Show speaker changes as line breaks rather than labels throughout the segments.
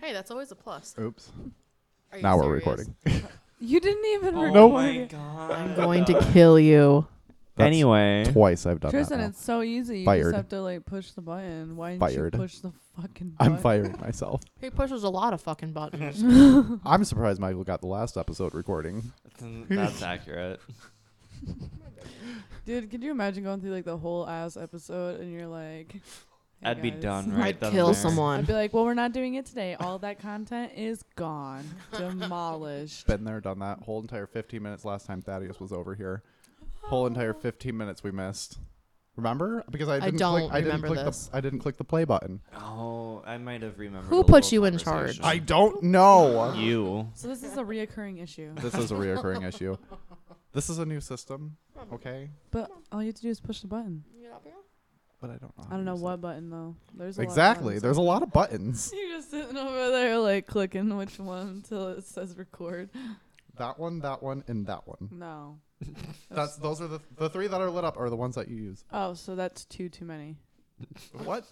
Hey, that's always a plus.
Oops.
Are you
Now we're
serious?
recording.
You didn't even
Oh
Nope.
my
record.
I'm
god.
going to kill you.
That's
anyway,
Twice I've done
Tristan,
that.
it's so easy. You
Fired.
just have to like push the button. Why didn't
Fired.
you push the fucking
now.
button?
I'm firing myself.
He pushes a lot of fucking buttons.
I'm surprised Michael got the last episode recording.
that's accurate.
Dude, could you imagine going through like the whole ass episode and you're like "Hey,
I'd be
guys."
done right
I'd
then
kill
and there.
I'd
someone.
be like, well, we're not doing it today. All that content is gone, demolished.
Been there, done that. Whole entire 15 minutes last time Thaddeus was over here. Whole entire 15 minutes we missed. Remember? Because I
I
didn't
don't
click, I didn't
remember
click
this.
the I didn't click the play button.
Oh, I might have remembered.
Who
a
put
little
you in
conversation.
I don't know.
You.
So this is a reoccurring issue.
this is a reoccurring issue. This is a new system, okay?
But all you have to do is push the button.
But I don't know. how
I
to
don't know
use it.
what button though. There's a
Exactly.
Lot of buttons.
There's a lot of buttons.
You're just sitting over there like clicking which one until it says record.
That one, that one, and that one.
No.
That's those are the the three that are lit up are the ones that you use.
Oh, so that's two too many.
What?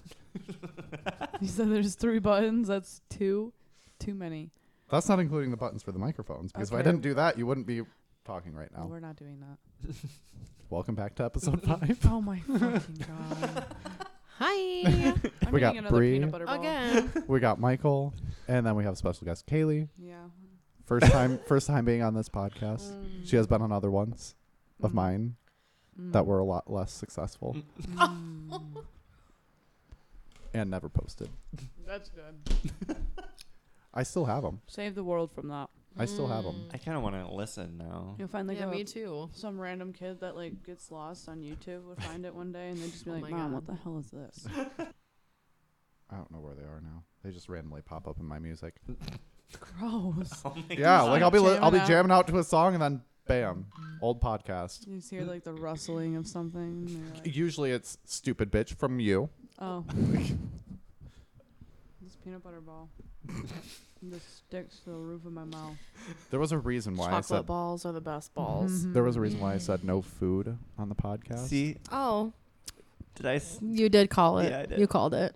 You said there's three buttons. That's two, too many.
That's not including the buttons for the microphones. Because if I
Okay.
didn't do that, you wouldn't be talking right now.
We're not doing that.
Welcome back to episode five.
Oh my fucking god!
Hi
I'm
We
eating
got
another
Brie.
peanut butter ball.
again.
we got Michael, and then we have special guest Kaylee.
Yeah.
First time, first time being on this podcast.
Mm.
She has been on other ones of
Mm.
mine that were a lot less successful
Mm.
and never posted.
that's good.
I still have them.
Save the world from that.
I still have 'em.
"Oh, I kind of want to listen now.
You'll find like
yeah,
a,
me too.
some random kid that like gets lost on YouTube would find it one day and they'd just be
Oh
like,
my God.
"Mom, what the hell is this?"
I don't know where they are now. They just randomly pop up in my music.
Gross.
Oh my
Yeah,
God.
like I'll be li-
Jamming
I'll be
out.
jamming out to a song and then bam, old podcast.
You just hear like the rustling of something. and you're like,
Usually it's stupid bitch from you.
Oh. this peanut butter ball. this sticks to the roof of my mouth.
There was a reason why I
Chocolate
said
balls are the best balls.
there was a reason
Mm.
why I said no food on the podcast.
See,
Oh,
did I? S-
you did call it.
Yeah, I did.
You called it.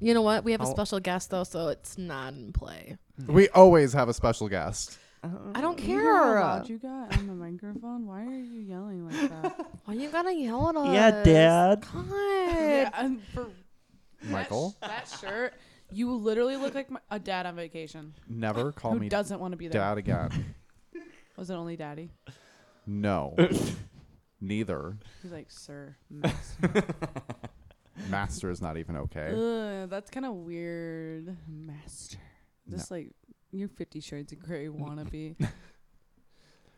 You know what? We have a
I'll-
special guest though, so it's not in play.
We always have a special guest.
I don't
You know how
care.
loud you got on the microphone? Why are you yelling like that?
Why you gotta yell at us?
Yeah, Dad.
God.
and for
Michael,
that shirt, you literally look like my, a dad on vacation
never call
who
me
doesn't want to be there.
dad again.
Was it only daddy?
No. Neither.
He's like, sir, Max."
Master is not even okay.
Ugh, that's kind of weird, master.
No. Mm.
Just like your Fifty Shades of Grey wannabe.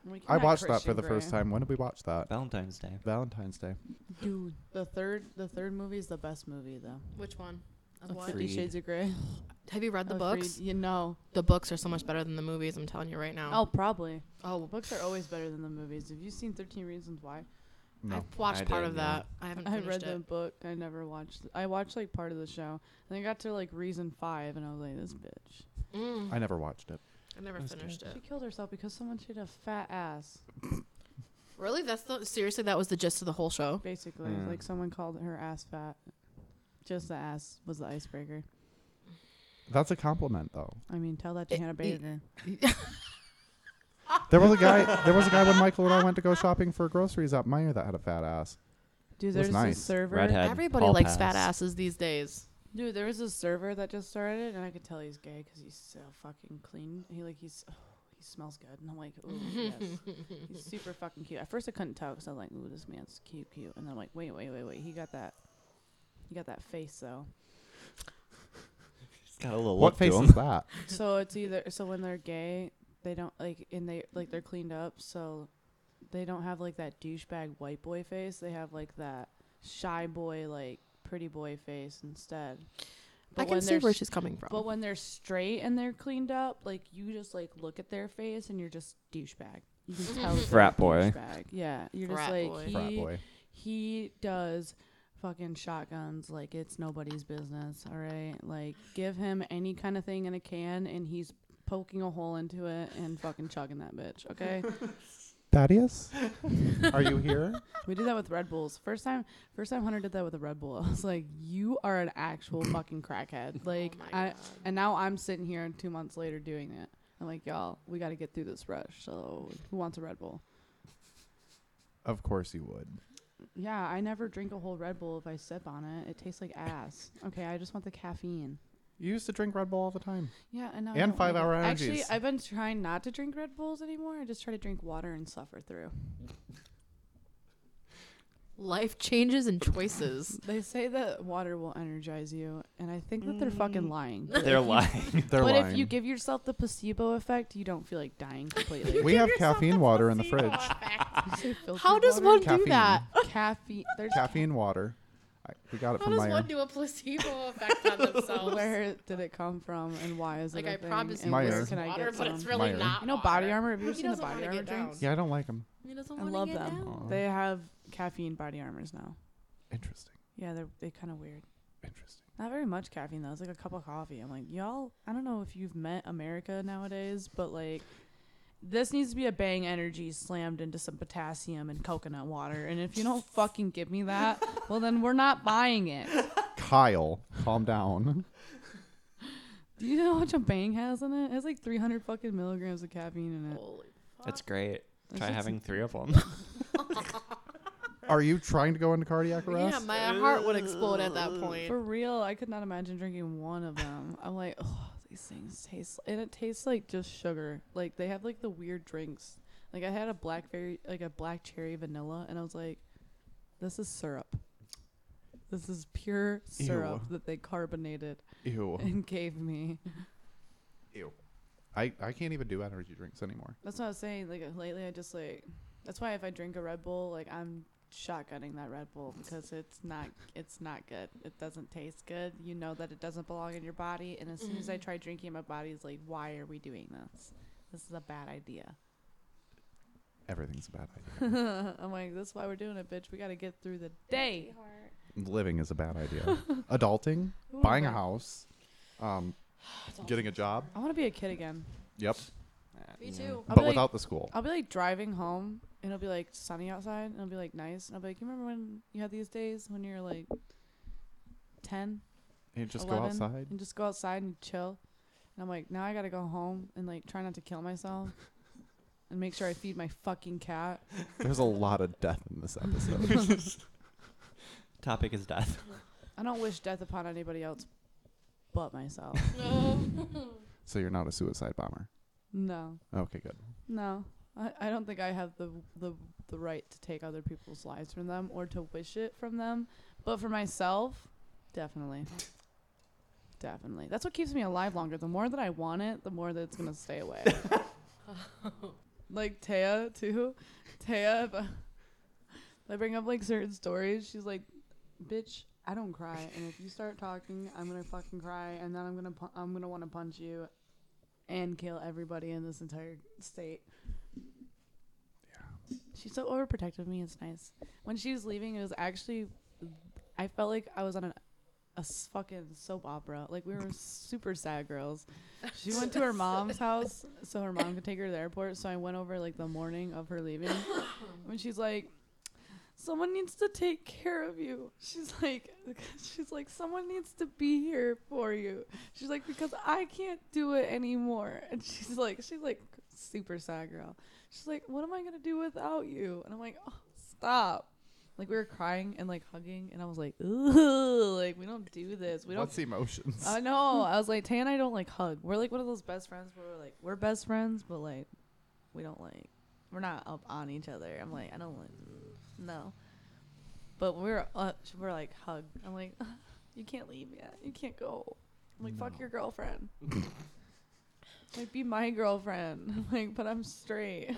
Like,
I
you're not
watched that for
Christian
the first
Grey.
time. When did we watch that?
Valentine's Day.
Valentine's Day.
Dude, the third the third movie is the best movie though.
Which one? Of
Of
what?
Fifty
Freed.
Shades of Grey.
Have you read the
Of
books?
Freed. You know.
The books are so much better than the movies. I'm telling you right now.
Oh, probably.
oh
Books are always better than the movies. Have you seen Thirteen Reasons Why?
No.
I've watched
I
part
did,
of
yeah.
that. I haven't
I
finished
read
it.
the book. I never watched. I watched like part of the show, and I got to like Reason Five, and I was like, "This bitch,
Mm.
I never watched it.
I never
That's
finished
she
it.
killed herself because someone she had a fat ass."
Really? That's the seriously. That was the gist of the whole show.
Basically,
Yeah.
like someone called her ass fat. Just the ass was the icebreaker.
That's a compliment though.
I mean, tell that to
It-
Hannah
it-
Baker.
There was a guy. There was a guy when Michael and I went to go shopping for groceries at Meyer that had a fat ass. It
Dude,
was
there's
nice.
this server.
Redhead.
Everybody
Hall
likes
pass.
fat asses these days.
Dude, there was a server that just started, and I could tell he's gay because he's so fucking clean. He like he's oh, he smells good, and I'm like,
Mm,
ooh, Mm, yes. he's super fucking cute. At first, I couldn't tell because I was like, ooh, this man's cute, cute, and then I'm like, wait, wait, wait, wait, he got that, he got that face though.
He's got a little
What
look
face
to
is
him.
that?
so it's either so when they're gay, they don't like and they like they're cleaned up, so they don't have like that douchebag white boy face. They have like that shy boy, like pretty boy face instead.
I can
when
see
they're
where
s-
she's coming from.
But when they're straight and they're cleaned up, like you just like look at their face and you're just douchebag. You can tell that they're
Frat
a
boy.
douchebag. Yeah, you're just
Frat
like
boy.
he
Frat boy.
he does fucking shotguns like it's nobody's business all right like give him any kind of thing in a can and he's poking a hole into it and fucking chugging that bitch okay
Thaddeus, are you here?
We did that with Red Bulls. First time, first time Hunter did that with a Red Bull. I was like, "You are an actual fucking crackhead!" Like,
Oh my
I,
God.
and now I'm sitting here two months later doing it. I'm like, y'all, we got to get through this rush. So, who wants a Red Bull?
Of course you would.
Yeah, I never drink a whole Red Bull if I sip on it. It tastes like ass. Okay, I just want the caffeine.
You used to drink Red Bull all the time.
Yeah, and now I
And
don't like
five-hour
it. Actually,
energies.
I've been trying not to drink Red Bulls anymore. I just try to drink water and suffer through.
Life changes and choices.
They say that water will energize you, and I think that they're
Mm.
fucking lying. But
They're
if you-
lying.
They're
but
lying.
if you give yourself the placebo effect, you don't feel like dying completely.
we have caffeine water in the fridge.
How does one do
Caffeine.
that?
caffeine? There's
Caffeine water. I, we got it
How
from
does
Meyer.
one do a placebo effect on themselves?
where did it come from, and why is
like
it a
I
thing,
promise you,
and where
Meyer.
it's
can I
water,
get
but
some?
it's really
Meyer.
not.
You know, Body
water.
Armor. Have you ever
He
seen the
doesn't
Body
wanna
Armor
get down.
drinks?
yeah, I don't like them.
He doesn't
I
wanna
love
get
them.
down.
They have caffeine Body Armors now.
Interesting.
Yeah, they're they kind of weird.
Interesting.
Not very much caffeine though. It's like a cup of coffee. I'm like, y'all. I don't know if you've met America nowadays, but like, this needs to be a bang energy slammed into some potassium and coconut water. And if you don't fucking give me that, well then we're not buying it.
Kyle, calm down.
Do you know how much a bang has in it? It has like 300 fucking milligrams of caffeine in it.
Holy fuck.
That's great. Try
just-
having three of them.
Are you trying to go into cardiac
Yeah,
arrest?
my heart would explode at that point.
For real, I could not imagine drinking one of them. I'm like, oh, these things taste, and it tastes like just sugar. Like they have like the weird drinks. Like I had a blackberry, like a black cherry vanilla, and I was like, this is syrup. This is pure syrup
Ew.
that they carbonated
Ew.
and gave me.
Ew. I, I can't even do energy drinks anymore.
That's what I was saying. Like lately, I just like. That's why if I drink a Red Bull, like I'm shotgunning that Red Bull because it's not it's not good. It doesn't taste good. You know that it doesn't belong in your body. And as soon as I try drinking, it, my body's like, "Why are we doing this? This is a bad idea."
Everything's a bad idea.
I'm like, "That's why we're doing it, bitch. We got to get through the day."
Living is a bad idea. Adulting, buying a house, um, getting a job.
I want to be a kid again.
Yep.
Me too.
but
I'll be like-
without the school.
I'll be like driving home and it'll be like sunny outside and it'll be like nice and I'll be like, You remember when you had these days when you were like ten?
You just
11,
go outside.
and just go outside and chill. And I'm like, now I gotta go home and like try not to kill myself and make sure I feed my fucking cat.
There's a lot of death in this episode.
Topic is death.
I don't wish death upon anybody else but myself.
so you're not a suicide bomber.
no,
Okay, good.
no, I, I don't think I have the the the right to take other people's lives from them or to wish it from them. But for myself, definitely. Definitely. That's what keeps me alive longer. The more that I want it, the more that it's gonna stay away. like Taya too. Taya, if I, if I bring up like certain stories, she's like, "Bitch, I don't cry, and if you start talking, I'm gonna fucking cry, and then I'm gonna pu- I'm gonna want to punch you, and kill everybody in this entire state." Yeah. She's so overprotective of me. It's nice. When she was leaving, it was actually, I felt like I was on an, a s- fucking soap opera. Like we were super sad girls. She went to her mom's house so her mom could take her to the airport. So I went over like the morning of her leaving. When she's like, someone needs to take care of you. She's like, she's like, someone needs to be here for you. She's like, because I can't do it anymore. And she's like, she's like, super sad girl. She's like, what am I gonna do without you? And I'm like, oh, stop. Like we were crying and like hugging, and I was like, ooh, like we don't do this. We don't
What's emotions?
I know. I was like, Tay and I don't like hug. We're like one of those best friends where we're like, we're best friends, but like, we don't like, we're not up on each other. I'm like, I don't like, no. But we're uh, we're like hug. I'm like, you can't leave yet. You can't go. I'm like, fuck your girlfriend. like, be my girlfriend. I'm like, but I'm straight.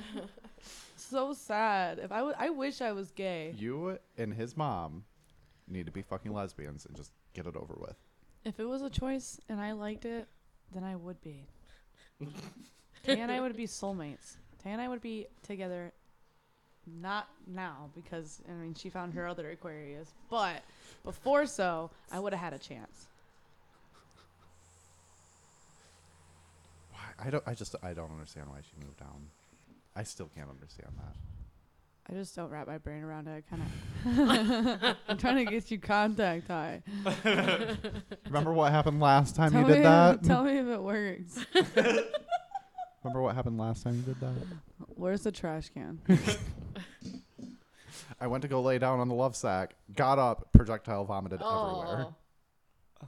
so sad. If I w- I wish I was gay.
you and his mom need to be fucking lesbians and just get it over with.
If it was a choice and I liked it, then I would be. Tay and I would be soulmates. Tay and I would be together. Not now because I mean she found her other Aquarius, but before so I would have had a chance.
Why? I don't. I just. I don't understand why she moved down. I still can't understand that.
I just don't wrap my brain around it. I kind of. I'm trying to get you contact high.
Remember what happened last time you
me
did that?
If, tell me if it works.
Remember what happened last time you did that?
Where's the trash can?
I went to go lay down on the love sack, got up, projectile vomited everywhere.
oh.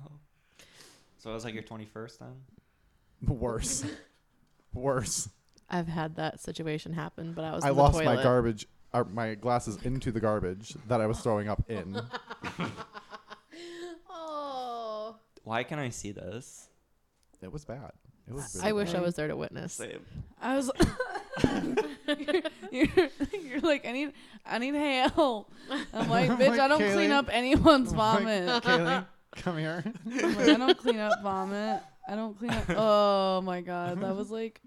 So it was like your 21st then?
Worse. Worse.
I've had that situation happen, but I was
I
in the
lost
toilet.
my garbage, or my glasses into the garbage that I was throwing up in.
Oh.
Why can I see this?
It was bad. It was.
I
Really
wish I
bad.
was there to witness.
I was. you're, you're like I need I need help. I'm like,
I'm
bitch,
like,
I don't
"Kaylee." Oh
clean up anyone's
I'm like,
vomit.
Kaylee, come here.
I'm like, I don't clean up vomit. I don't clean up. Oh my god, that was like,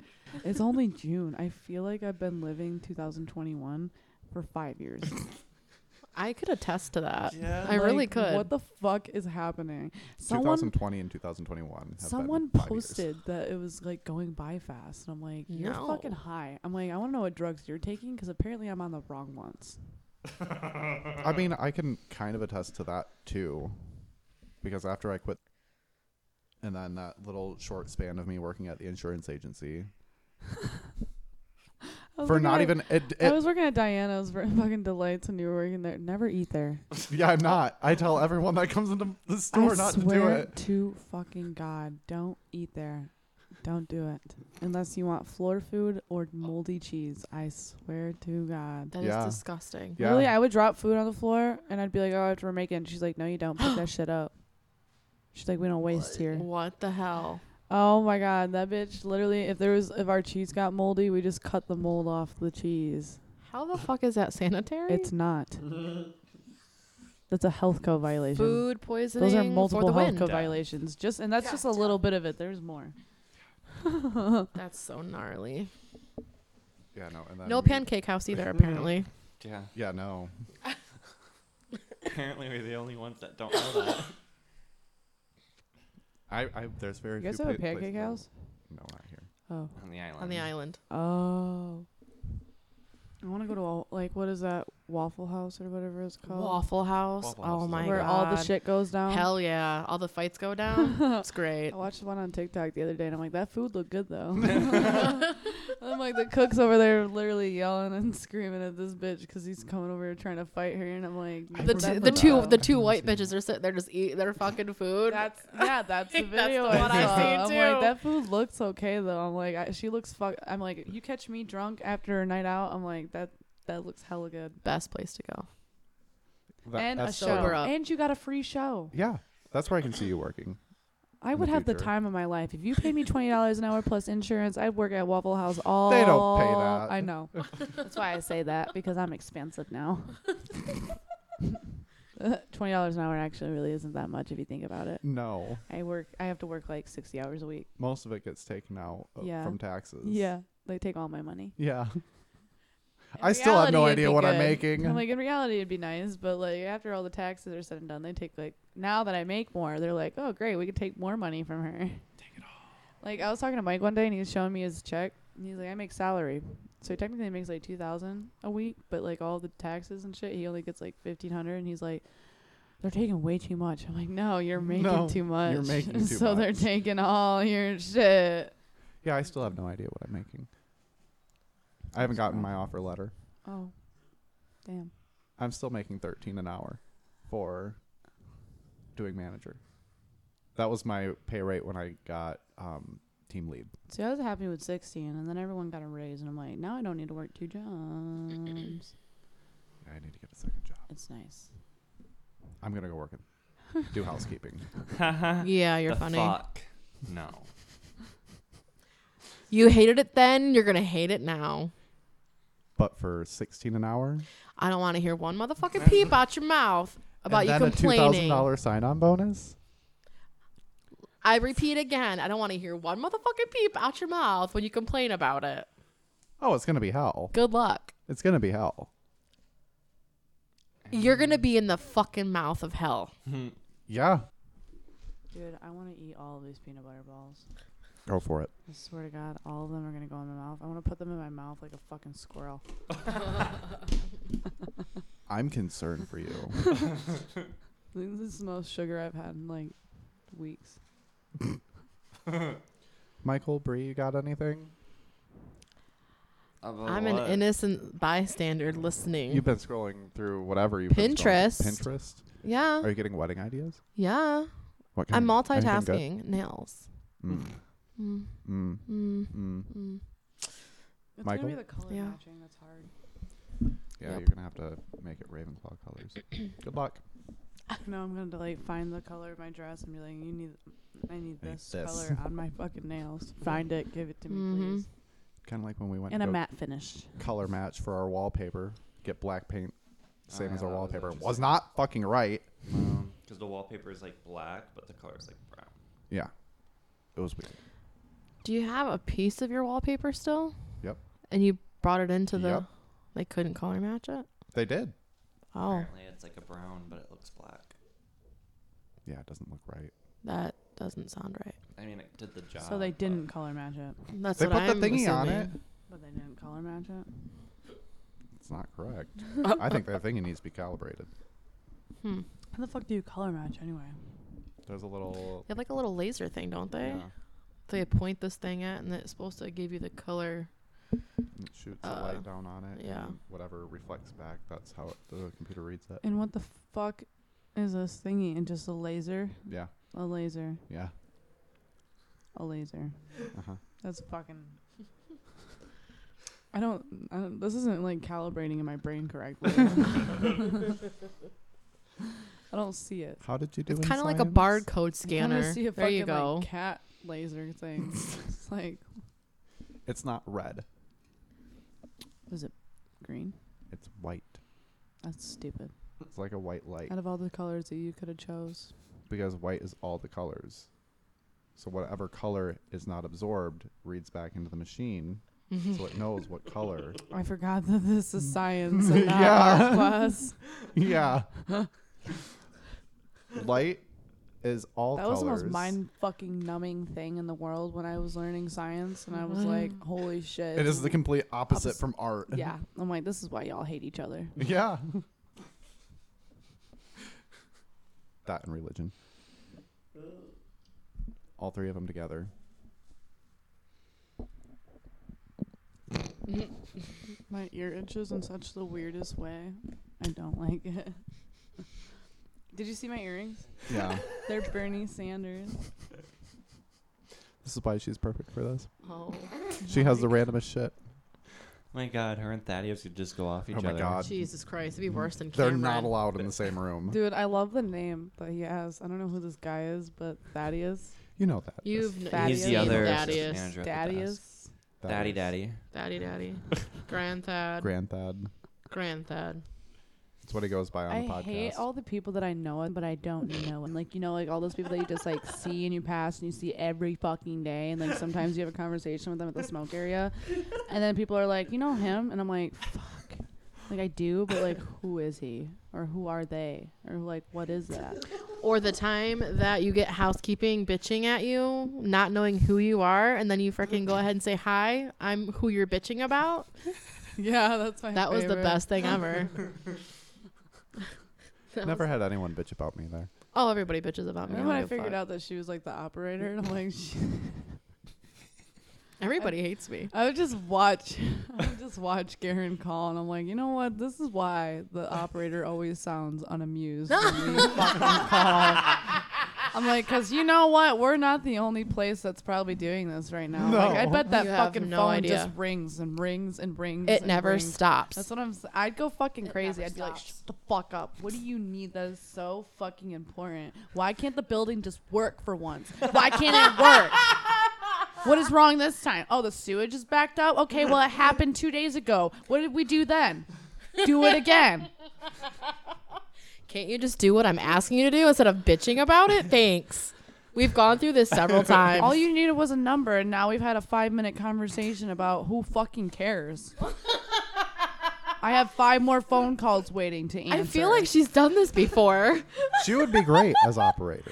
it's only June. I feel like I've been living 2021 for five years.
I could attest to that.
Yeah.
I really
Like,
could.
What the fuck is happening? Someone
2020 and 2021. have been
someone
five years.
posted that it was like going by fast, and I'm like, you're
No.
fucking high. I'm like, I want to know what drugs you're taking because apparently I'm on the wrong ones.
I mean, I can kind of attest to that too, because after I quit, and then that little short span of me working at the insurance agency
I was
for
looking
not
at-
even it,
I
it-
was working at Diana's for fucking delights, and you were working there. Never eat there.
yeah, I'm not. I tell everyone that comes into the store
I
not to do
swear
it.
to fucking God, don't eat there. Don't do it unless you want floor food or moldy cheese. I swear to God.
That is
Yeah.
disgusting.
Yeah.
Really, I would drop food on the floor, and I'd be like, "Oh, I have to remake it." And she's like, "No, you don't. Pick that shit up." She's like, "We don't waste here."
What the hell?
Oh my God, that bitch! Literally, if there was, if our cheese got moldy, we just cut the mold off the cheese.
How the fuck is that sanitary?
It's not. That's a health code violation.
food poisoning.
Those are
for
multiple
the
health
win.
code violations. Just and that's just a
Gotcha.
little bit of it. There's more.
That's so gnarly.
Yeah, no. And then
No
we-
pancake house either, apparently.
Yeah.
Yeah, no.
Apparently we're the only ones that don't know that.
I, I there's very.
You guys
few
have a
pla- places
pancake
where-
house?
No, not here.
Oh.
On the island.
On the island.
Oh. I want to go to all, like what is that Waffle House or whatever it's called?
Waffle House.
Waffle House
oh
is
my
amazing.
Where
god.
all the shit goes down.
Hell yeah. All the fights go down. it's great.
I watched one on TikTok the other day and I'm like, that food looked good though. I'm like, the cook's over there literally yelling and screaming at this bitch because he's coming over here trying to fight her. And I'm like,
I
The,
forgot
two
"That
the
looked
two
good."
the two white bitches are sitting there just eating their fucking food.
That's yeah, that's the
That's the
video.
one
I
I
saw.
see,
I'm like
too.
that food looks okay though. I'm like I, she looks fuck. I'm like you catch me drunk after a night out. I'm like that that looks hella good.
best place to go.
That-
and a
that's
show,
where-
Sober up.
and you got a free show.
Yeah, that's where I can see you working.
I
In
would
the
have the
future.
time of my life if you paid me twenty dollars an hour plus insurance. I'd work at Waffle House all.
They don't pay that.
I know. that's why I say that because I'm expensive now. twenty dollars an hour actually really isn't that much if you think about it.
No,
I work. I have to work like sixty hours a week.
most of it gets taken out uh,
Yeah.
from taxes.
Yeah, they take all my money.
Yeah.
In
I still have no
reality, it'd
idea
be
what I'm
good.
making.
I'm like, in reality, it'd be nice, but like after all the taxes are said and done, they take like now that I make more, they're like, oh great, we could take more money from her. Take it all. Like I was talking to Mike one day, and he was showing me his check, and he's like, I make salary, so he technically makes like two thousand a week, but like all the taxes and shit, he only gets like fifteen hundred, and he's like. They're taking way too much. I'm like, no, you're making
No,
too much.
making too
so they're
much.
taking all your shit.
Yeah, I still have no idea what I'm making. I haven't gotten my offer letter.
Oh, damn.
I'm still making 13 an hour for doing manager. That was my pay rate when I got um, team lead.
See, I was happy with 16, and then everyone got a raise, and I'm like, now I don't need to work two jobs.
I need to get a second job.
it's nice.
I'm gonna go work and do housekeeping.
Yeah, you're
Uh, The
funny.
Fuck. No.
You hated it then, you're gonna hate it now.
But for 16 an hour,
I don't wanna hear one motherfucking peep out your mouth about
and
you
then
complaining.
a $2,000 sign-on bonus.
I repeat again, I don't wanna hear one motherfucking peep out your mouth when you complain about it.
Oh, it's gonna be hell.
Good luck.
It's gonna be hell.
You're gonna be in the fucking mouth of hell.
Yeah.
Dude, I want to eat all of these peanut butter balls.
Go for it.
I swear to God, all of them are gonna go in my mouth. I want to put them in my mouth like a fucking squirrel.
I'm concerned for you.
I think this is the most sugar I've had in like weeks.
Michael, Bree, you got anything?
I'm an innocent bystander listening.
You've been scrolling through whatever you've been scrolling-
Pinterest.
Pinterest.
yeah.
Are you getting wedding ideas?
Yeah.
What
I'm
kind? Anything
multitasking. Nails.
good? Mm,
Mm,
mm,
mm,
mm.
mm.
It's
Michael?
gonna be the color
Yeah.
matching. That's hard.
Yeah,
Yep.
you're gonna have to make it Ravenclaw colors. Good luck.
No, I'm gonna like find the color of my dress and be like, you need, I need
I need
this,
this."
color on my fucking nails. Find it, give it to me,
Mhm.
please.
Kind of like when we went
And a
to go
matte finish.
color match for our wallpaper. Get black paint,
Oh,
same
yeah,
as our
that was
wallpaper. Was,
interesting.
not fucking right.
Because Um, the wallpaper is like black, but the color is like brown.
Yeah, it was weird.
Do you have a piece of your wallpaper still?
Yep.
And you brought it into the.
Yep.
They couldn't color match it.
They did.
Oh,
Apparently, it's like a brown, but it looks black.
Yeah, it doesn't look right.
that doesn't sound right.
I mean, it did the job.
So they
but-
didn't color match it,
That's
they
what
put
I'm
the thingy on it.
assuming.
but they didn't color match it.
It's not correct. I think that thingy needs to be calibrated.
Hmm.
How the fuck do you color match anyway?
There's a little.
They have like a little laser thing, don't they?
Yeah.
They point this thing at, and it's supposed to give you the color.
It shoots a
Uh,
light down on it.
yeah.
and whatever reflects back, that's how it, the computer reads it.
And what the fuck is this thingy? And just a laser,
Yeah,
a laser,
yeah.
a laser.
Uh-huh.
That's fucking. I don't, I don't. This isn't like calibrating in my brain correctly. I don't see it.
How did you do
It's
in
kind of like a
science?
barcode
I wanna
scanner.
see a
there you
fucking,
go.
Like, cat laser thing. it's like,
It's not red.
was it green?
It's white.
That's stupid.
It's like a white light
Out of all the colors that you could have chose,
because white is all the colors. So whatever color is not absorbed reads back into the machine,
Mm-hmm.
so it knows what color.
I forgot that this is science and not
Yeah.
art class.
yeah. Light is all
that was
colors.
the most mind fucking numbing thing in the world when I was learning science, and I was like, holy shit.
It is the complete opposite
Opposite.
from art.
yeah, I'm like, this is why y'all hate each other.
yeah. that and religion. All three of them together.
My ear itches in such the weirdest way. I don't like it. Did you see my earrings?
Yeah.
They're Bernie Sanders.
this is why she's perfect for this.
oh,
She has the randomest shit.
My God, her and Thaddeus could just go off each
Oh
other.
my God.
Jesus Christ! It'd be worse than
mm-hmm. They're
Cameron.
not allowed in the same room.
Dude, I love the name that he has. I don't know who this guy is, but Thaddeus.
You know that.
You've n-
Thaddeus.
He's
you've
the other
seen
assistant
Thaddeus,
manager. at the desk.
Thaddeus.
That
Daddy,
is
daddy.
Daddy, Daddy, Grand Thad,
Grand Thad.
Grand Thad.
That's what he goes by on
I
the podcast.
hate all the people that I know, but I don't know. And like you know, like all those people that you just like see and you pass and you see every fucking day. And like sometimes you have a conversation with them at the smoke area, and then people are like, you know him, and I'm like, fuck, like I do, but like who is he or who are they or like what is that?
Or the time that you get housekeeping bitching at you, not knowing who you are, and then you freaking go ahead and say, "Hi, I'm who you're bitching about."
yeah, that's my.
That was the best thing ever. That
Never
was-
had anyone bitch about me there.
Oh, everybody bitches about me.
Remember
don't
when I
give a
figured
fuck.
out that she was like the operator, and I'm like, she,
Everybody hates me.
I would just watch, I would just watch Garen call, and I'm like, you know what? This is why the operator always sounds unamused when we fucking call. I'm like, cause you know what? We're not the only place that's probably doing this right now. Like, I
No.
bet that
You have
fucking
no
phone
idea.
just rings and rings and rings.
It
and
never
rings.
stops.
That's what I'm. s- I'd go fucking
It
crazy.
never
I'd be like,
stops.
shut the fuck up. What do you need that is so fucking important? Why can't the building just work for once? Why can't it work? What is wrong this time? Oh, the sewage is backed up. Okay, well it happened two days ago. What did we do then? Do it again.
Can't you just do what I'm asking you to do instead of bitching about it? Thanks. We've gone through this several times.
All you needed was a number, and now we've had a five minute conversation about who fucking cares. I have five more phone calls waiting to answer.
I feel like she's done this before.
She would be great as operator.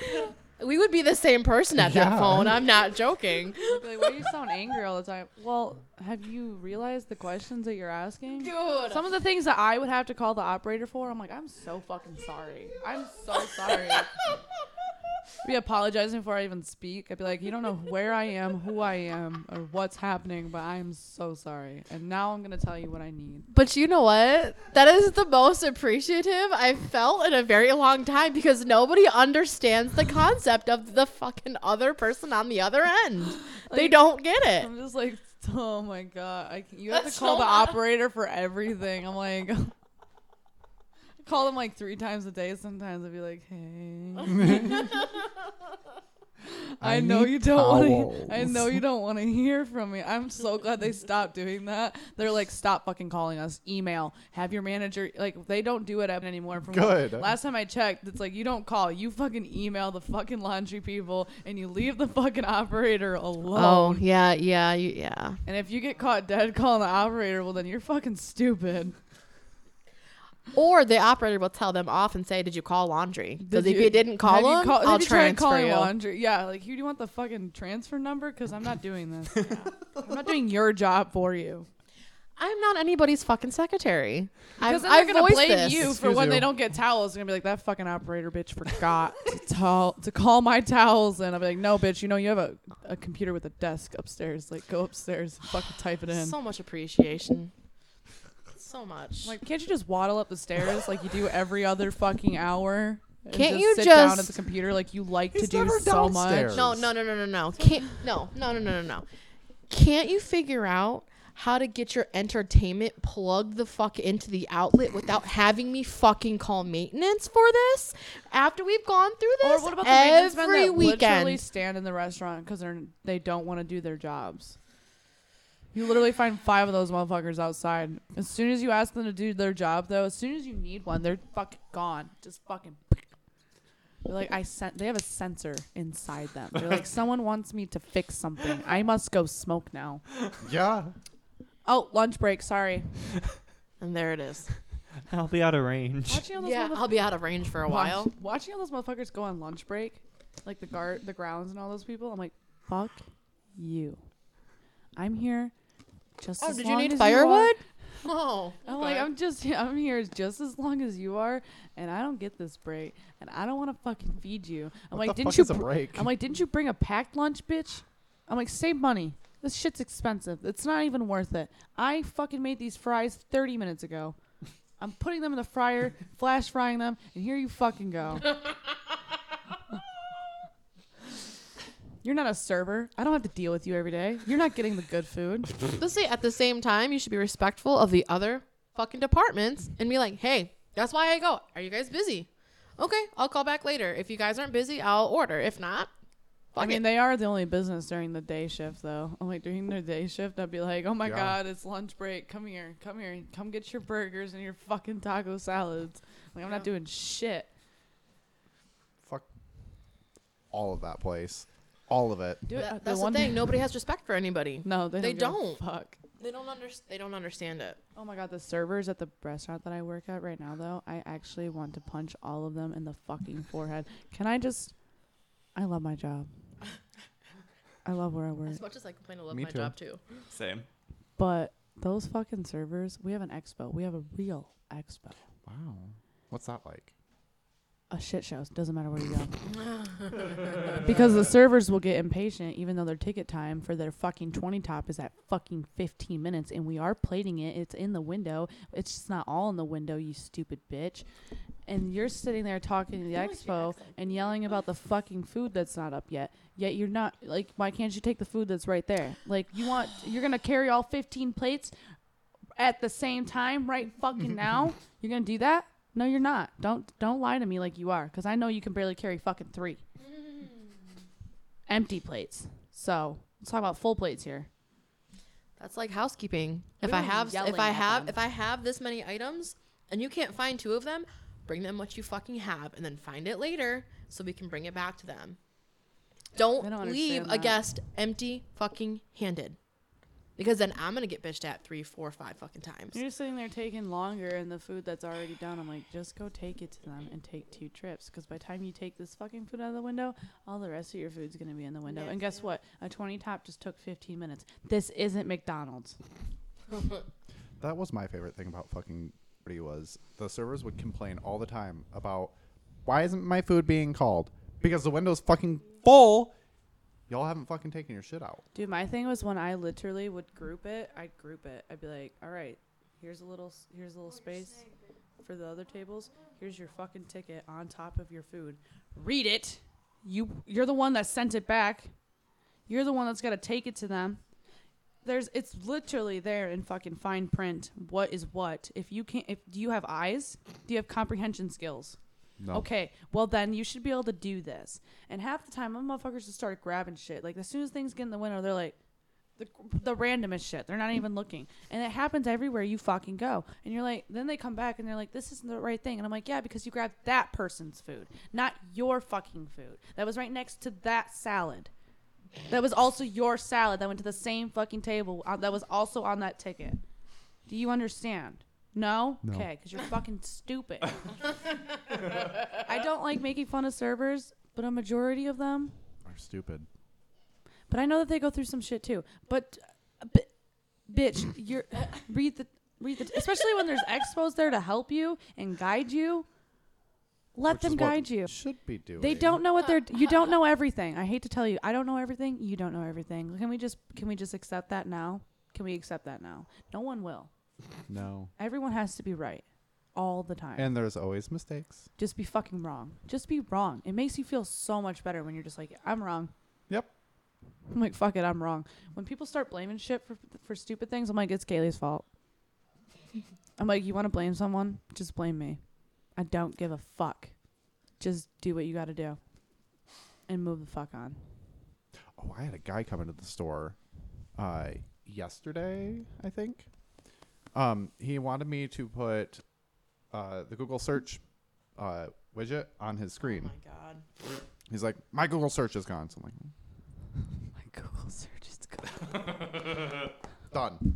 We would be the same person at that
Yeah.
phone. I'm not joking.
Like, why do you sound angry all the time? Well, have you realized the questions that you're asking?
Dude.
Some of the things that I would have to call the operator for, I'm like, I'm so fucking sorry. I'm so sorry. be apologizing before I even speak. I'd be like, you don't know where I am, who I am, or what's happening, but I'm so sorry. And now I'm gonna tell you what I need.
But you know what? That is the most appreciative I've felt in a very long time because nobody understands the concept of the fucking other person on the other end. they
Like-
don't get it.
I'm just like, oh my god, I, you have
That's
to call
so
the
loud.
operator for everything. I'm like, call them like three times a day. Sometimes I'd be like, hey, I,
I
know
need
you don't want
towels.
to. I know you don't want to hear from me. I'm so glad they stopped doing that. They're like, stop fucking calling us. Email. Have your manager. Like they don't do it anymore. From what-
Good.
last time I checked, it's like you don't call. You fucking email the fucking laundry people and you leave the fucking operator alone.
Oh, yeah, yeah, you- yeah.
And if you get caught dead calling the operator, well, then you're fucking stupid.
Or the operator will tell them off and say, Did you call laundry? Because
Did
if you didn't call
have you
them,
call- have
I'll
you tried
transfer
calling
you.
Laundry? Yeah, like, here, do you want the fucking transfer number? Because I'm not doing this. I'm not doing your job for you.
I'm not anybody's fucking secretary. I've,
Because then they're
I've
going to
voiced
blame
this.
you for
Excuse
when they
you.
don't get towels. They're going to be like, that fucking operator bitch forgot to, tell, to call my towels. And I'll be like, no, bitch, you know, you have a, a computer with a desk upstairs. Like, go upstairs and fucking type it in.
So much appreciation. So much.
I'm like, can't you just waddle up the stairs like you do every other fucking hour? and
Can't
just
you
sit down at
just-
the computer like you like to
He's
do
never
so
downstairs.
much?
No, no, no, no, no, no. Can't no, no, no, no, no, no. Can't you figure out how to get your entertainment plugged the fuck into the outlet without having me fucking call maintenance for this? After we've gone through
Or
this
what about the maintenance men
every
that literally
weekend?
stand in the restaurant because they're they don't want to do their jobs? You literally find five of those motherfuckers outside. As soon as you ask them to do their job, though, as soon as you need one, they're fucking gone. Just fucking. They're like I sent. They have a sensor inside them. They're like, someone wants me to fix something. I must go smoke now.
Yeah.
Oh, lunch break. Sorry.
And there it is.
I'll be out of range.
Watching all those
Yeah,
motherf-
I'll be out of range for a
watch-
while.
watching all those motherfuckers go on lunch break, like the guard, the grounds, and all those people. I'm like, fuck you. I'm here. Just
Oh,
as
did you
long
need
as are.
firewood? Oh,
I'm like, I'm just, I'm here just as long as you are, and I don't get this break, and I don't want to fucking feed you. I'm
What
like,
the
didn't
fuck
you?
is a
br-
break?
I'm like, didn't you bring a packed lunch, bitch? I'm like, save money. This shit's expensive. It's not even worth it. I fucking made these fries 30 minutes ago. I'm putting them in the fryer, flash frying them, and here you fucking go. You're not a server. I don't have to deal with you every day. You're not getting the good food.
Let's say at the same time, you should be respectful of the other fucking departments and be like, hey, that's why I go. Are you guys busy? Okay, I'll call back later. If you guys aren't busy, I'll order. If not, fuck
I mean,
it.
they are the only business during the day shift, though. I'm like, during their day shift, I'd be like, oh my
Yeah.
God, it's lunch break. Come here. Come here. Come get your burgers and your fucking taco salads. Like, I'm not doing shit.
Fuck all of that place. All of it.
Do
Th-
it. uh,
that's the,
one-
thing. Nobody has respect for anybody.
No, they,
They
don't. give a
don't.
Fuck.
They don't under- They don't understand it.
Oh my God, the servers at the restaurant that I work at right now, though, I actually want to punch all of them in the fucking forehead. Can I just. I love my job. I love where I work.
As much as I complain, I love
Me
my
too.
job too.
Same.
But those fucking servers, we have an expo. We have a real expo.
Wow. What's that like?
a shit show. Doesn't matter where you go. because the servers will get impatient, even though their ticket time for their fucking 20 top is at fucking 15 minutes. And we are plating it. It's in the window. It's just not all in the window, you stupid bitch. And you're sitting there talking to the expo and yelling about the fucking food that's not up yet. Yet you're not, like, why can't you take the food that's right there? Like, you want, you're going to carry all 15 plates at the same time right fucking now you're gonna do that no you're not don't don't lie to me like you are because i know you can barely carry fucking three empty plates so let's talk about full plates here
That's like housekeeping.
We
If I
were
have, if
yelling
I
at
have,
them.
if I have this many items and you can't find two of them, bring them what you fucking have and then find it later so we can bring it back to them. Don't,
They don't
leave
understand
a
that.
guest empty fucking handed. because then I'm gonna get bitched at three, four, five fucking times.
You're just sitting there taking longer, and the food that's already done. I'm like, just go take it to them and take two trips, because by the time you take this fucking food out of the window, all the rest of your food's gonna be in the window.
Yeah,
and guess what? A twenty top just took 15 minutes. This isn't McDonald's.
That was my favorite thing about fucking Jeopardy was the servers would complain all the time about why isn't my food being called? Because the window's fucking full. Y'all haven't fucking taken your shit out.
Dude, my thing was when I literally would group it. I'd group it. I'd be like, "All right, here's a little, s- here's a little space for the other tables. Here's your fucking ticket on top of your food. Read it. You, you're the one that sent it back. You're the one that's got to take it to them. There's, it's literally there in fucking fine print. What is what? If you can't, if do you have eyes? Do you have comprehension skills?
No.
Okay, well then you should be able to do this. And half the time, them motherfuckers just start grabbing shit. Like as soon as things get in the window, they're like, the the randomest shit. They're not even looking, and it happens everywhere you fucking go. And you're like, then they come back and they're like, this isn't the right thing. And I'm like, yeah, because you grabbed that person's food, not your fucking food that was right next to that salad. That was also your salad that went to the same fucking table uh, that was also on that ticket. Do you understand? No?
No.
Okay, because you're fucking stupid. I don't like making fun of servers, but a majority of them.
Are stupid.
But I know that they go through some shit too. But, uh, bi- bitch, you're read the read the especially when there's expos there to help you and guide you. Let
Which is
them
what
guide you.
Should be doing.
They don't know what they're. You don't know everything. I hate to tell you, I don't know everything. You don't know everything. Can we just can we just accept that now? Can we accept that now? No one will.
No.
Everyone has to be right, all the time.
And there's always mistakes.
just be fucking wrong. Just be wrong. It makes you feel so much better when you're just like, I'm wrong.
Yep.
I'm like, fuck it, I'm wrong. When people start blaming shit for for stupid things, I'm like, it's Kaylee's fault. I'm like, you want to blame someone? Just blame me. I don't give a fuck. Just do what you got to do, and move the fuck on.
Oh, I had a guy come into the store uh, yesterday, I think. Um, he wanted me to put uh, the Google search uh, widget on
Oh
his screen.
my god.
He's like, my Google search is gone. So I'm like,
My Google search is good.
done.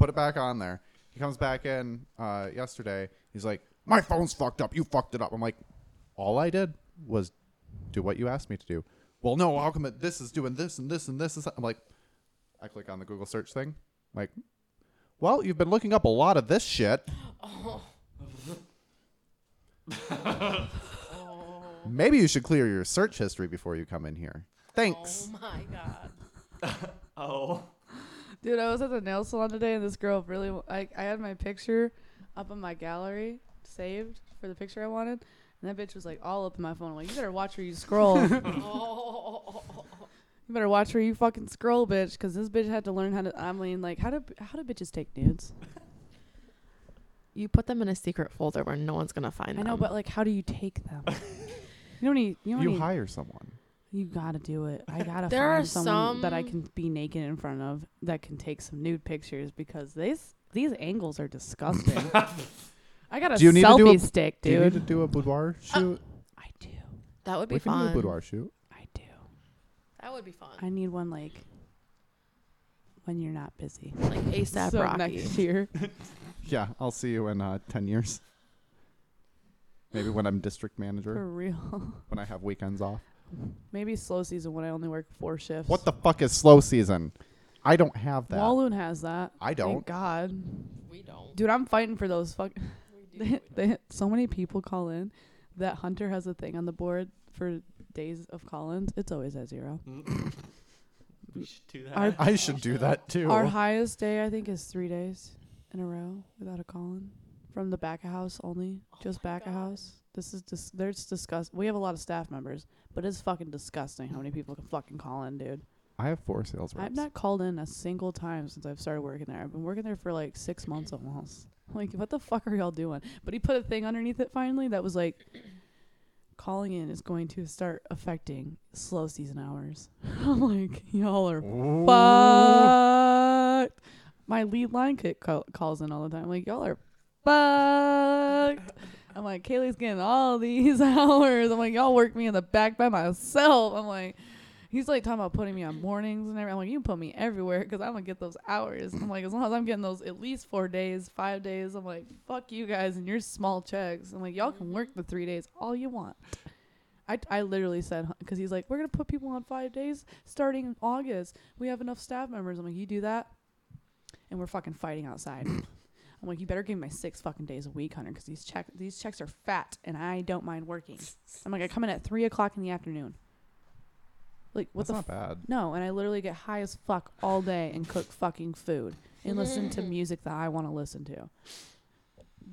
Put it back on there. He comes back in uh, yesterday. He's like, my phone's fucked up. You fucked it up. I'm like, all I did was do what you asked me to do. Well, no, how come it, this is doing this and this and this and that? I'm like, I click on the Google search thing. I'm like, well, you've been looking up a lot of this shit. Maybe you should clear your search history before you come in here. Thanks.
Oh my god.
oh.
Dude, I was at the nail salon today, and this girl really. I, I had my picture up in my gallery saved for the picture I wanted, and that bitch was like all up in my phone. I'm like, you better watch where you scroll. you
Oh.
better watch where you fucking scroll, bitch, because this bitch had to learn how to. I mean, like, how do how do bitches take nudes?
You put them in a secret folder where no one's gonna find
I know,
them.
but like, how do you take them? you don't need. You don't
You
need.
hire someone.
you gotta do it. I gotta
There
find
are
someone that I
some-
can be naked in front of that can take some nude pictures because these these angles are disgusting. I got a
Do you need to
selfie
do a-
stick,
Do you need
dude.
to do a boudoir shoot?
I do.
that would be
we can do a
fun.
boudoir shoot.
I do.
That would be fun.
I need one like when you're not busy.
like ASAP
so
Rocky.
next year.
Yeah, I'll see you in uh, 10 years. Maybe when I'm district
For
manager,
real.
when I have weekends off.
Maybe slow season when I only work four shifts.
What the fuck is slow season? I don't have that.
Walloon has that.
I
Thank
don't.
God.
We don't.
Dude, I'm fighting for those fuck
We
they, they, so many people call in that Hunter has a thing on the board for days of call-ins. It's always at zero.
we should do that.
Our-
I should do that too.
Our highest day I think is three days in a row without a call-in from the back of house only, just back of house. This is dis- there's disgust. We have a lot of staff members, but it's fucking disgusting how many people can fucking call in, dude.
I have four sales reps.
I've not called in a single time since I've started working there. I've been working there for like six months almost. Like, what the fuck are y'all doing? But he put a thing underneath it finally that was like, calling in is going to start affecting slow season hours. I'm like, y'all are
Ooh.
fucked. My lead line kit co- calls in all the time. Like, y'all are fucked. I'm like, Kaylee's getting all these hours. I'm like, y'all work me in the back by myself. I'm like, He's like talking about putting me on mornings and everything. I'm like, you can put me everywhere because I'm gonna get those hours. I'm like, as long as I'm getting those at least four days, five days, I'm like, fuck you guys and your small checks. I'm like, y'all can work the three days all you want. I, I literally said because he's like, we're gonna put people on five days starting in August. We have enough staff members. I'm like, you do that, and we're fucking fighting outside. I'm like, you better give me my six fucking days a week, Hunter, because these check these checks are fat, and I don't mind working. I'm like, I come in at three o'clock in the afternoon. Like, what
That's
the
not bad.
no, and I literally get high as fuck all day and cook fucking food and listen to music that I want to listen to.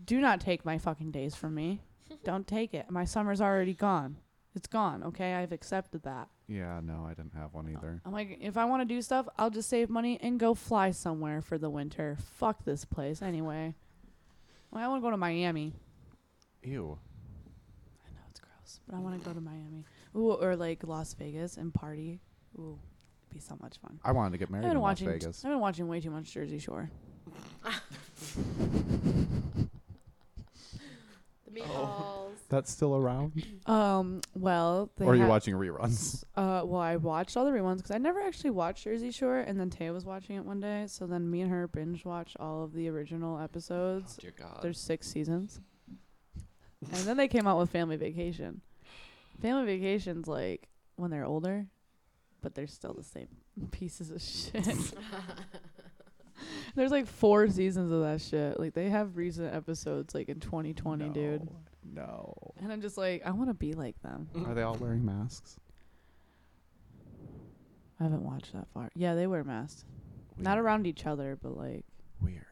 Do not take my fucking days from me. Don't take it. My summer's already gone. It's gone, okay? I've accepted that.
Yeah, no, I didn't have one either.
I'm like, if I want to do stuff, I'll just save money and go fly somewhere for the winter. Fuck this place anyway. Well, I want to go to Miami.
Ew.
I know it's gross, but I want to go to Miami. Ooh, or like Las Vegas and party. Ooh, it'd be so much fun.
I wanted to get married
I've
in
been
Las
watching.
Vegas.
I've been watching way too much Jersey Shore.
The meatballs.
That's still around?
Um. Well, they
or are you
ha-
watching reruns?
Uh. Well, I watched all the reruns because I never actually watched Jersey Shore, and then Taya was watching it one day. So then me and her binge watched all of the original episodes.
Oh, Dear God.
There's six seasons, and then they came out with Family Vacation. Family Vacation's like when they're older, but they're still the same pieces of shit. There's like four seasons of that shit. Like they have recent episodes like in 2020, dude.
No.
And I'm just like, I want to be like them.
Are they all wearing masks?
I haven't watched that far. Yeah, they wear masks. Not
Weird.
around each other, but like
Weird.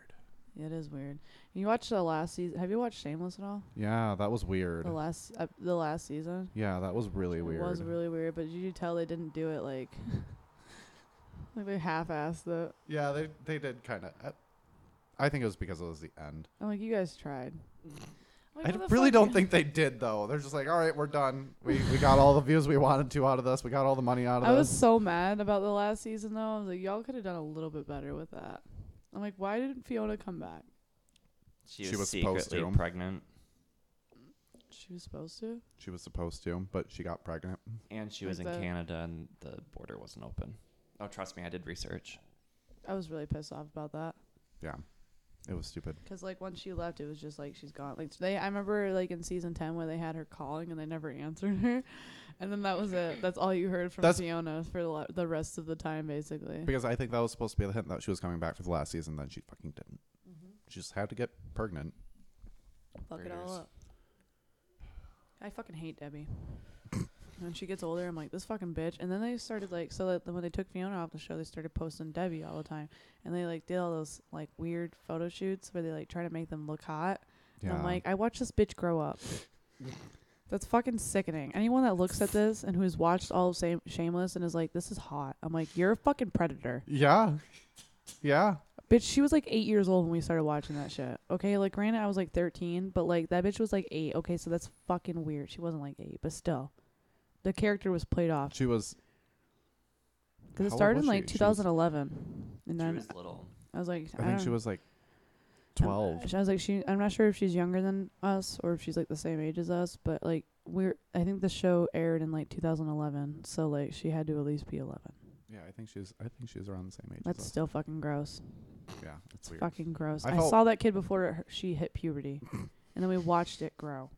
it is weird. You watched the last season? Have you watched Shameless at all?
Yeah, that was weird.
The last uh, the last season.
Yeah, that was really weird.
It was really weird, but you could tell they didn't do it like like they half-assed it.
yeah, they they did kind of. I think it was because it was the end.
I'm like, you guys tried. I'm
I
like, what the
really
fuck
don't
you-
think they did though. They're just like, all right, we're done. We we got all the views we wanted to out of this. We got all the money out of
I was
this.
so mad about the last season though. I was like, y'all could have done a little bit better with that. I'm like, why didn't Fiona come back?
she,
She
was
was
secretly
supposed to.
pregnant,
She was supposed to.
she was supposed to, but she got pregnant.
and she was in
Like the-
Canada, and the border wasn't open. Oh, trust me, I did research.
I was really pissed off about that.
Yeah, it was stupid.
Cause like once she left, it was just like she's gone. Like they, I remember like in season ten where they had her calling and they never answered her, and then that was it. That's all you heard from
That's-
Fiona for the la- the rest of the time, basically.
Because I think that was supposed to be the hint that she was coming back for the last season. Then she fucking didn't. She just had to get pregnant.
Fuck it all
Burgers.
up. I fucking hate Debbie. when she gets older, I'm like this fucking bitch. And then they started like so that when they took Fiona off the show, they started posting Debbie all the time, and they like did all those like weird photo shoots where they like try to make them look hot.
Yeah.
And I'm like, I watched this bitch grow up. That's fucking sickening. Anyone that looks at this and who's watched all of Shame- Shameless and is like, this is hot. I'm like, you're a fucking predator.
yeah, yeah.
Bitch, she was like eight years old when we started watching that shit. Okay, like, granted, I was like 13, but like, that bitch was like eight. Okay, so that's fucking weird. She wasn't like eight, but still. The character was played off.
She was. How
Because it
old
started
was
in like
she? She was-
2011. And
She
then
was little.
I was like,
I think she
don't-
was like
I'm-
twelve.
I was like, she. I'm not sure if she's younger than us or if she's like the same age as us, but like we're. I think the show aired in like 2011, so like she had to at least be 11.
Yeah, I think she's. I think she's around the same age. as
That's
us.
still fucking gross.
yeah, it's weird.
Fucking gross.
I
I,
felt-
saw that kid before her, she hit puberty, and then we watched it grow.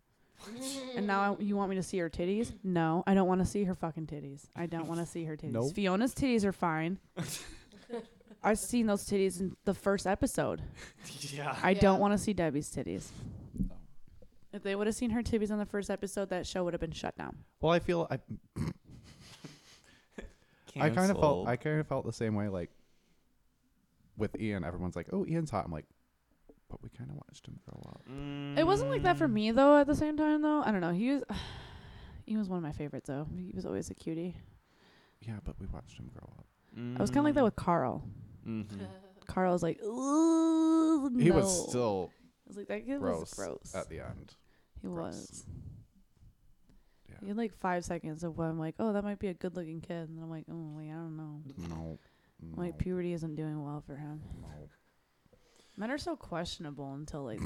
Mm-hmm.
and now I, you want me to see her titties? No, I don't want to see her fucking titties. I don't want to see her titties.
Nope.
Fiona's titties are fine. I've seen those titties in the first episode.
yeah.
I
Yeah.
don't want to see Debbie's titties. If they would have seen her titties on the first episode, that show would have been shut down.
Well, I feel I. I kind of felt. I kind of felt the same way. Like with Ian, everyone's like, "Oh, Ian's hot." I'm like, but we kind of watched him grow up.
It wasn't like that for
Mm.
me though. At the same time, though, I don't know. He was, he was one of my favorites though. He was always a cutie.
Yeah, but we watched him grow up.
I was kind of like that
Mm.
with Carl.
Mhm.
Carl was like, ooh,
He
no."
was still
I was like, that kid
gross,
was gross.
at the end.
he
gross.
was.
Yeah.
He had like five seconds of when I'm like, oh, that might be a good-looking kid, and I'm like, oh, wait, I don't know.
No. No.
Like puberty isn't doing well for him.
no.
Men are so questionable until like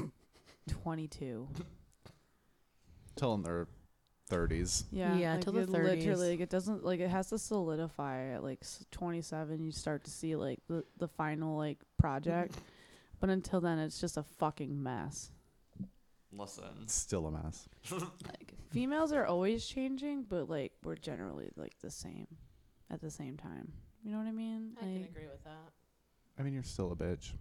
22.
Till in their 30s.
Yeah,
Yeah,
like
till the
it Literally,
30s.
like it doesn't like it has to solidify at like s- 27. You start to see like the the final like project, but until then, it's just a fucking mess.
Mm-hmm. Listen.
It's still a mess.
Like females are always changing, but like we're generally like the same at the same time. You know what I mean?
I can
Like,
agree with that.
I mean, you're still a bitch.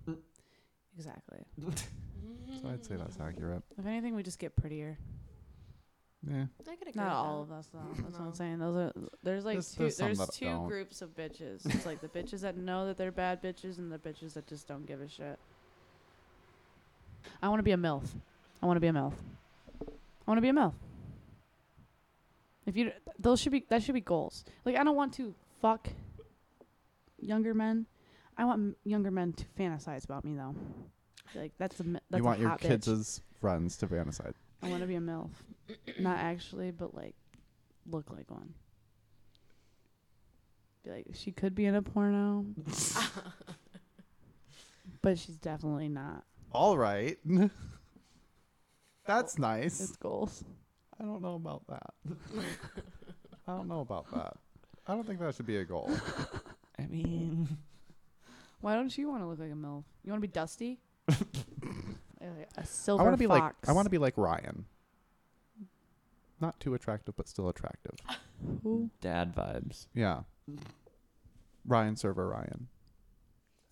Exactly.
So I'd say that's accurate.
If anything, we just get prettier.
Yeah.
I can agree.
Not
with
all
that.
of us though. That's what
No.
I'm saying. Those are there's like
There's-
two
there's
there's,
some that
two
don't.
groups of bitches. It's like the bitches that know that they're bad bitches and the bitches that just don't give a shit. I want to be a milf. I want to be a milf. I want to be a milf. If you d- those should be that should be goals. Like I don't want to fuck younger men. I want m- younger men to fantasize about me though. Like that's a mi- that's
you want
a
your
hot
kids'
bitch.
friends to fantasize.
I want to be a MILF. Not actually, but like look like one. Be like, she could be in a porno. but she's definitely not.
All right. that's nice.
It's goals.
I don't know about that. I don't know about that. I don't think that should be a goal.
I mean,
Why don't you want to look like a MILF? You want to be dusty? Like "Uh, a silver
I want to be like
fox.
I want to be like Ryan. Not too attractive, but still attractive.
Who?
dad vibes.
Yeah. Ryan server Ryan,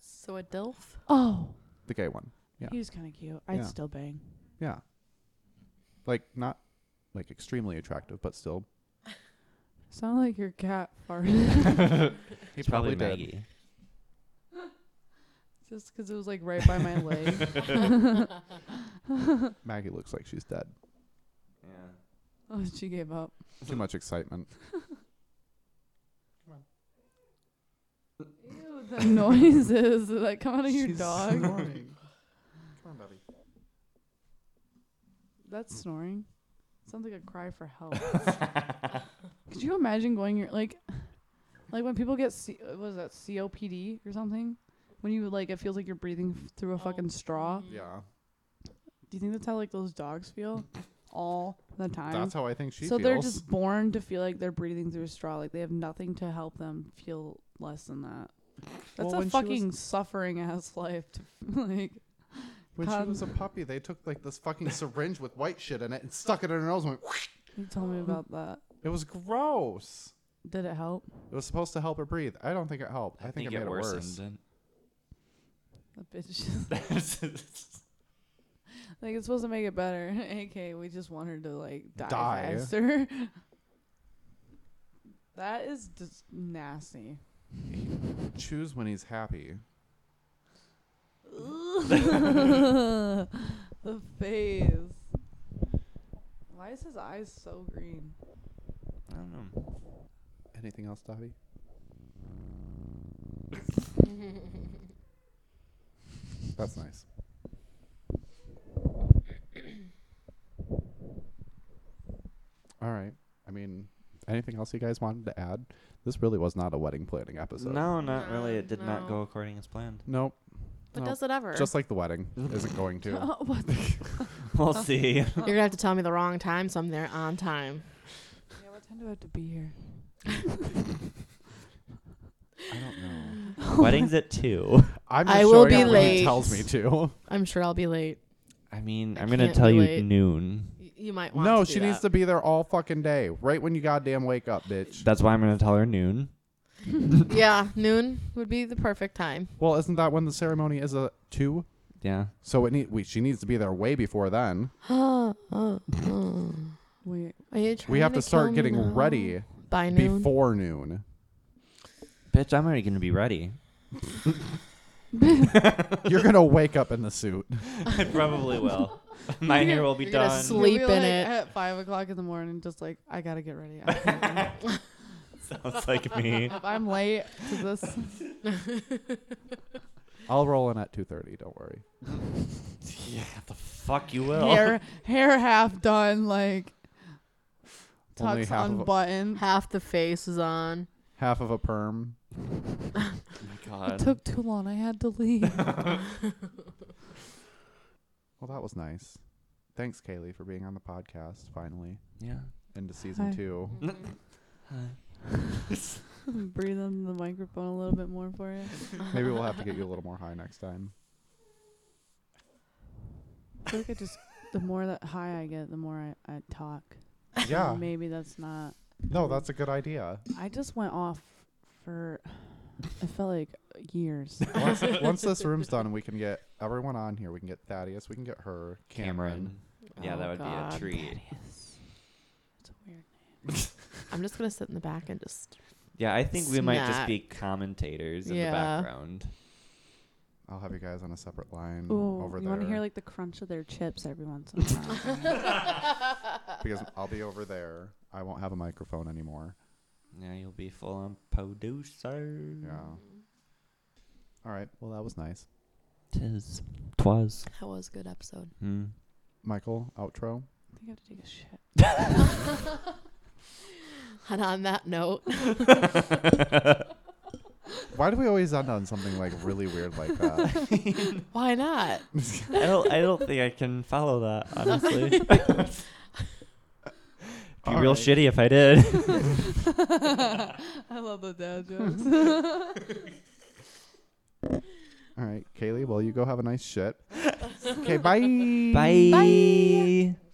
So a DILF?
Oh,
the gay one. Yeah.
he was kind of cute. I'd
Yeah.
still bang.
Yeah. Like not like extremely attractive, but still
Sound like your cat farted.
he
It's probably,
did.
Maggie.
Just because it was like right by my leg.
Maggie looks like she's dead.
Yeah.
Oh, she gave up.
Too much excitement.
Ew, the noises that come out of your dog.
Come on, buddy.
That's snoring. Sounds like a cry for help. Could you imagine going your like, like when people get C- what was that COPD or something? When you like, it feels like you're breathing f- through a fucking straw.
Oh,
mm-hmm.
Yeah.
Do you think that's how like those dogs feel all the time?
That's how I think she
so
feels.
they're just born to feel like they're breathing through a straw. Like they have nothing to help them feel less than that. That's
Well,
a
when she was-
fucking suffering ass life. To like,
when
con-
she was a puppy, they took like this fucking syringe with white shit in it and stuck it in her nose and went
you told me about that.
It was gross.
Did it help?
It was supposed to help her breathe. I don't think it helped. I, think, it made it worse.
The bitch. Like it's supposed to make it better. AK, we just want her to like die,
Die.
faster. that is just nasty.
Choose when he's happy.
the face. Why is his eyes so green?
I don't know.
Anything else, Dobby? That's nice. All right. I mean, anything else you guys wanted to add? This really was not a wedding planning episode.
No, not really.
No,
It did not
no.
go according as planned.
Nope.
But
No.
does it ever?
Just like the wedding isn't going to.
what the-
We'll see.
You're going to have to tell me the wrong time so I'm there on time.
yeah, what time do I have to be here?
I don't know.
Weddings at two.
I'm
I
just
will
showing
be
up when he
late.
tells me to.
I'm sure I'll be late.
I mean,
I
I'm gonna
can't
tell you
relate.
noon.
Y- you might want
No,
to. do
she needs
that.
to be there all fucking day. Right when you goddamn wake up, bitch.
That's why I'm gonna tell her noon.
Yeah, noon would be the perfect time.
Well, isn't that when the ceremony is a two?
Yeah.
So it need we, she needs to be there way before then.
we
Wait,
We have to start getting ready
by noon.
before noon.
Bitch, I'm already gonna be ready.
You're gonna wake up in the suit.
I probably will. My hair will be
you're gonna
done.
sleep- Sleep
You'll
in
be, like,
it.
at five o'clock in the morning. Just like I gotta get ready. I can't leave.
Sounds like me.
if I'm late to this,
I'll roll in at two thirty. Don't worry.
yeah, the fuck you will.
hair hair half done, like
Only
tux
half of, a,
unbuttoned.
Half the face is on.
half of a perm.
Oh my god.
It took too long. I had to leave.
Well, that was nice. Thanks, Kaylee, for being on the podcast. Finally,
yeah.
into season
Hi.
two.
Breathe on the microphone a little bit more for you.
Maybe we'll have to get you a little more high next time.
I feel like I just the more that high I get, the more I, I talk. So
Yeah.
Maybe that's not.
No, that's a good idea.
I just went off for. I felt like years.
Once, once this room's done and we can get everyone on here, we can get Thaddeus, we can get her, Cameron.
Yeah, that would
Oh,
be a treat.
Thaddeus. That's a weird
I'm just gonna sit in the back and just.
Yeah, I think we might just
Snack.
be commentators in
Yeah.
the background.
I'll have you guys on a separate line
name. Ooh,
Mm, over
you
there.
want to hear like the crunch of their chips every once in a while?
because I'll be over there. I won't have a microphone anymore.
Now you'll be full on producer.
Yeah. All right. Well, that was nice.
Tis. Twas.
That was a good episode.
Hmm.
Michael, outro.
I think I have to take a shit.
And on that note,
Why do we always end on something like really weird like that?
why not?
I don't. I don't think I can follow that. Honestly, It'd be
All
real
right.
shitty if I did.
I love the dad jokes.
All right, Kaylee. Well, you go have a nice shit. Okay. Bye.
Bye.
Bye.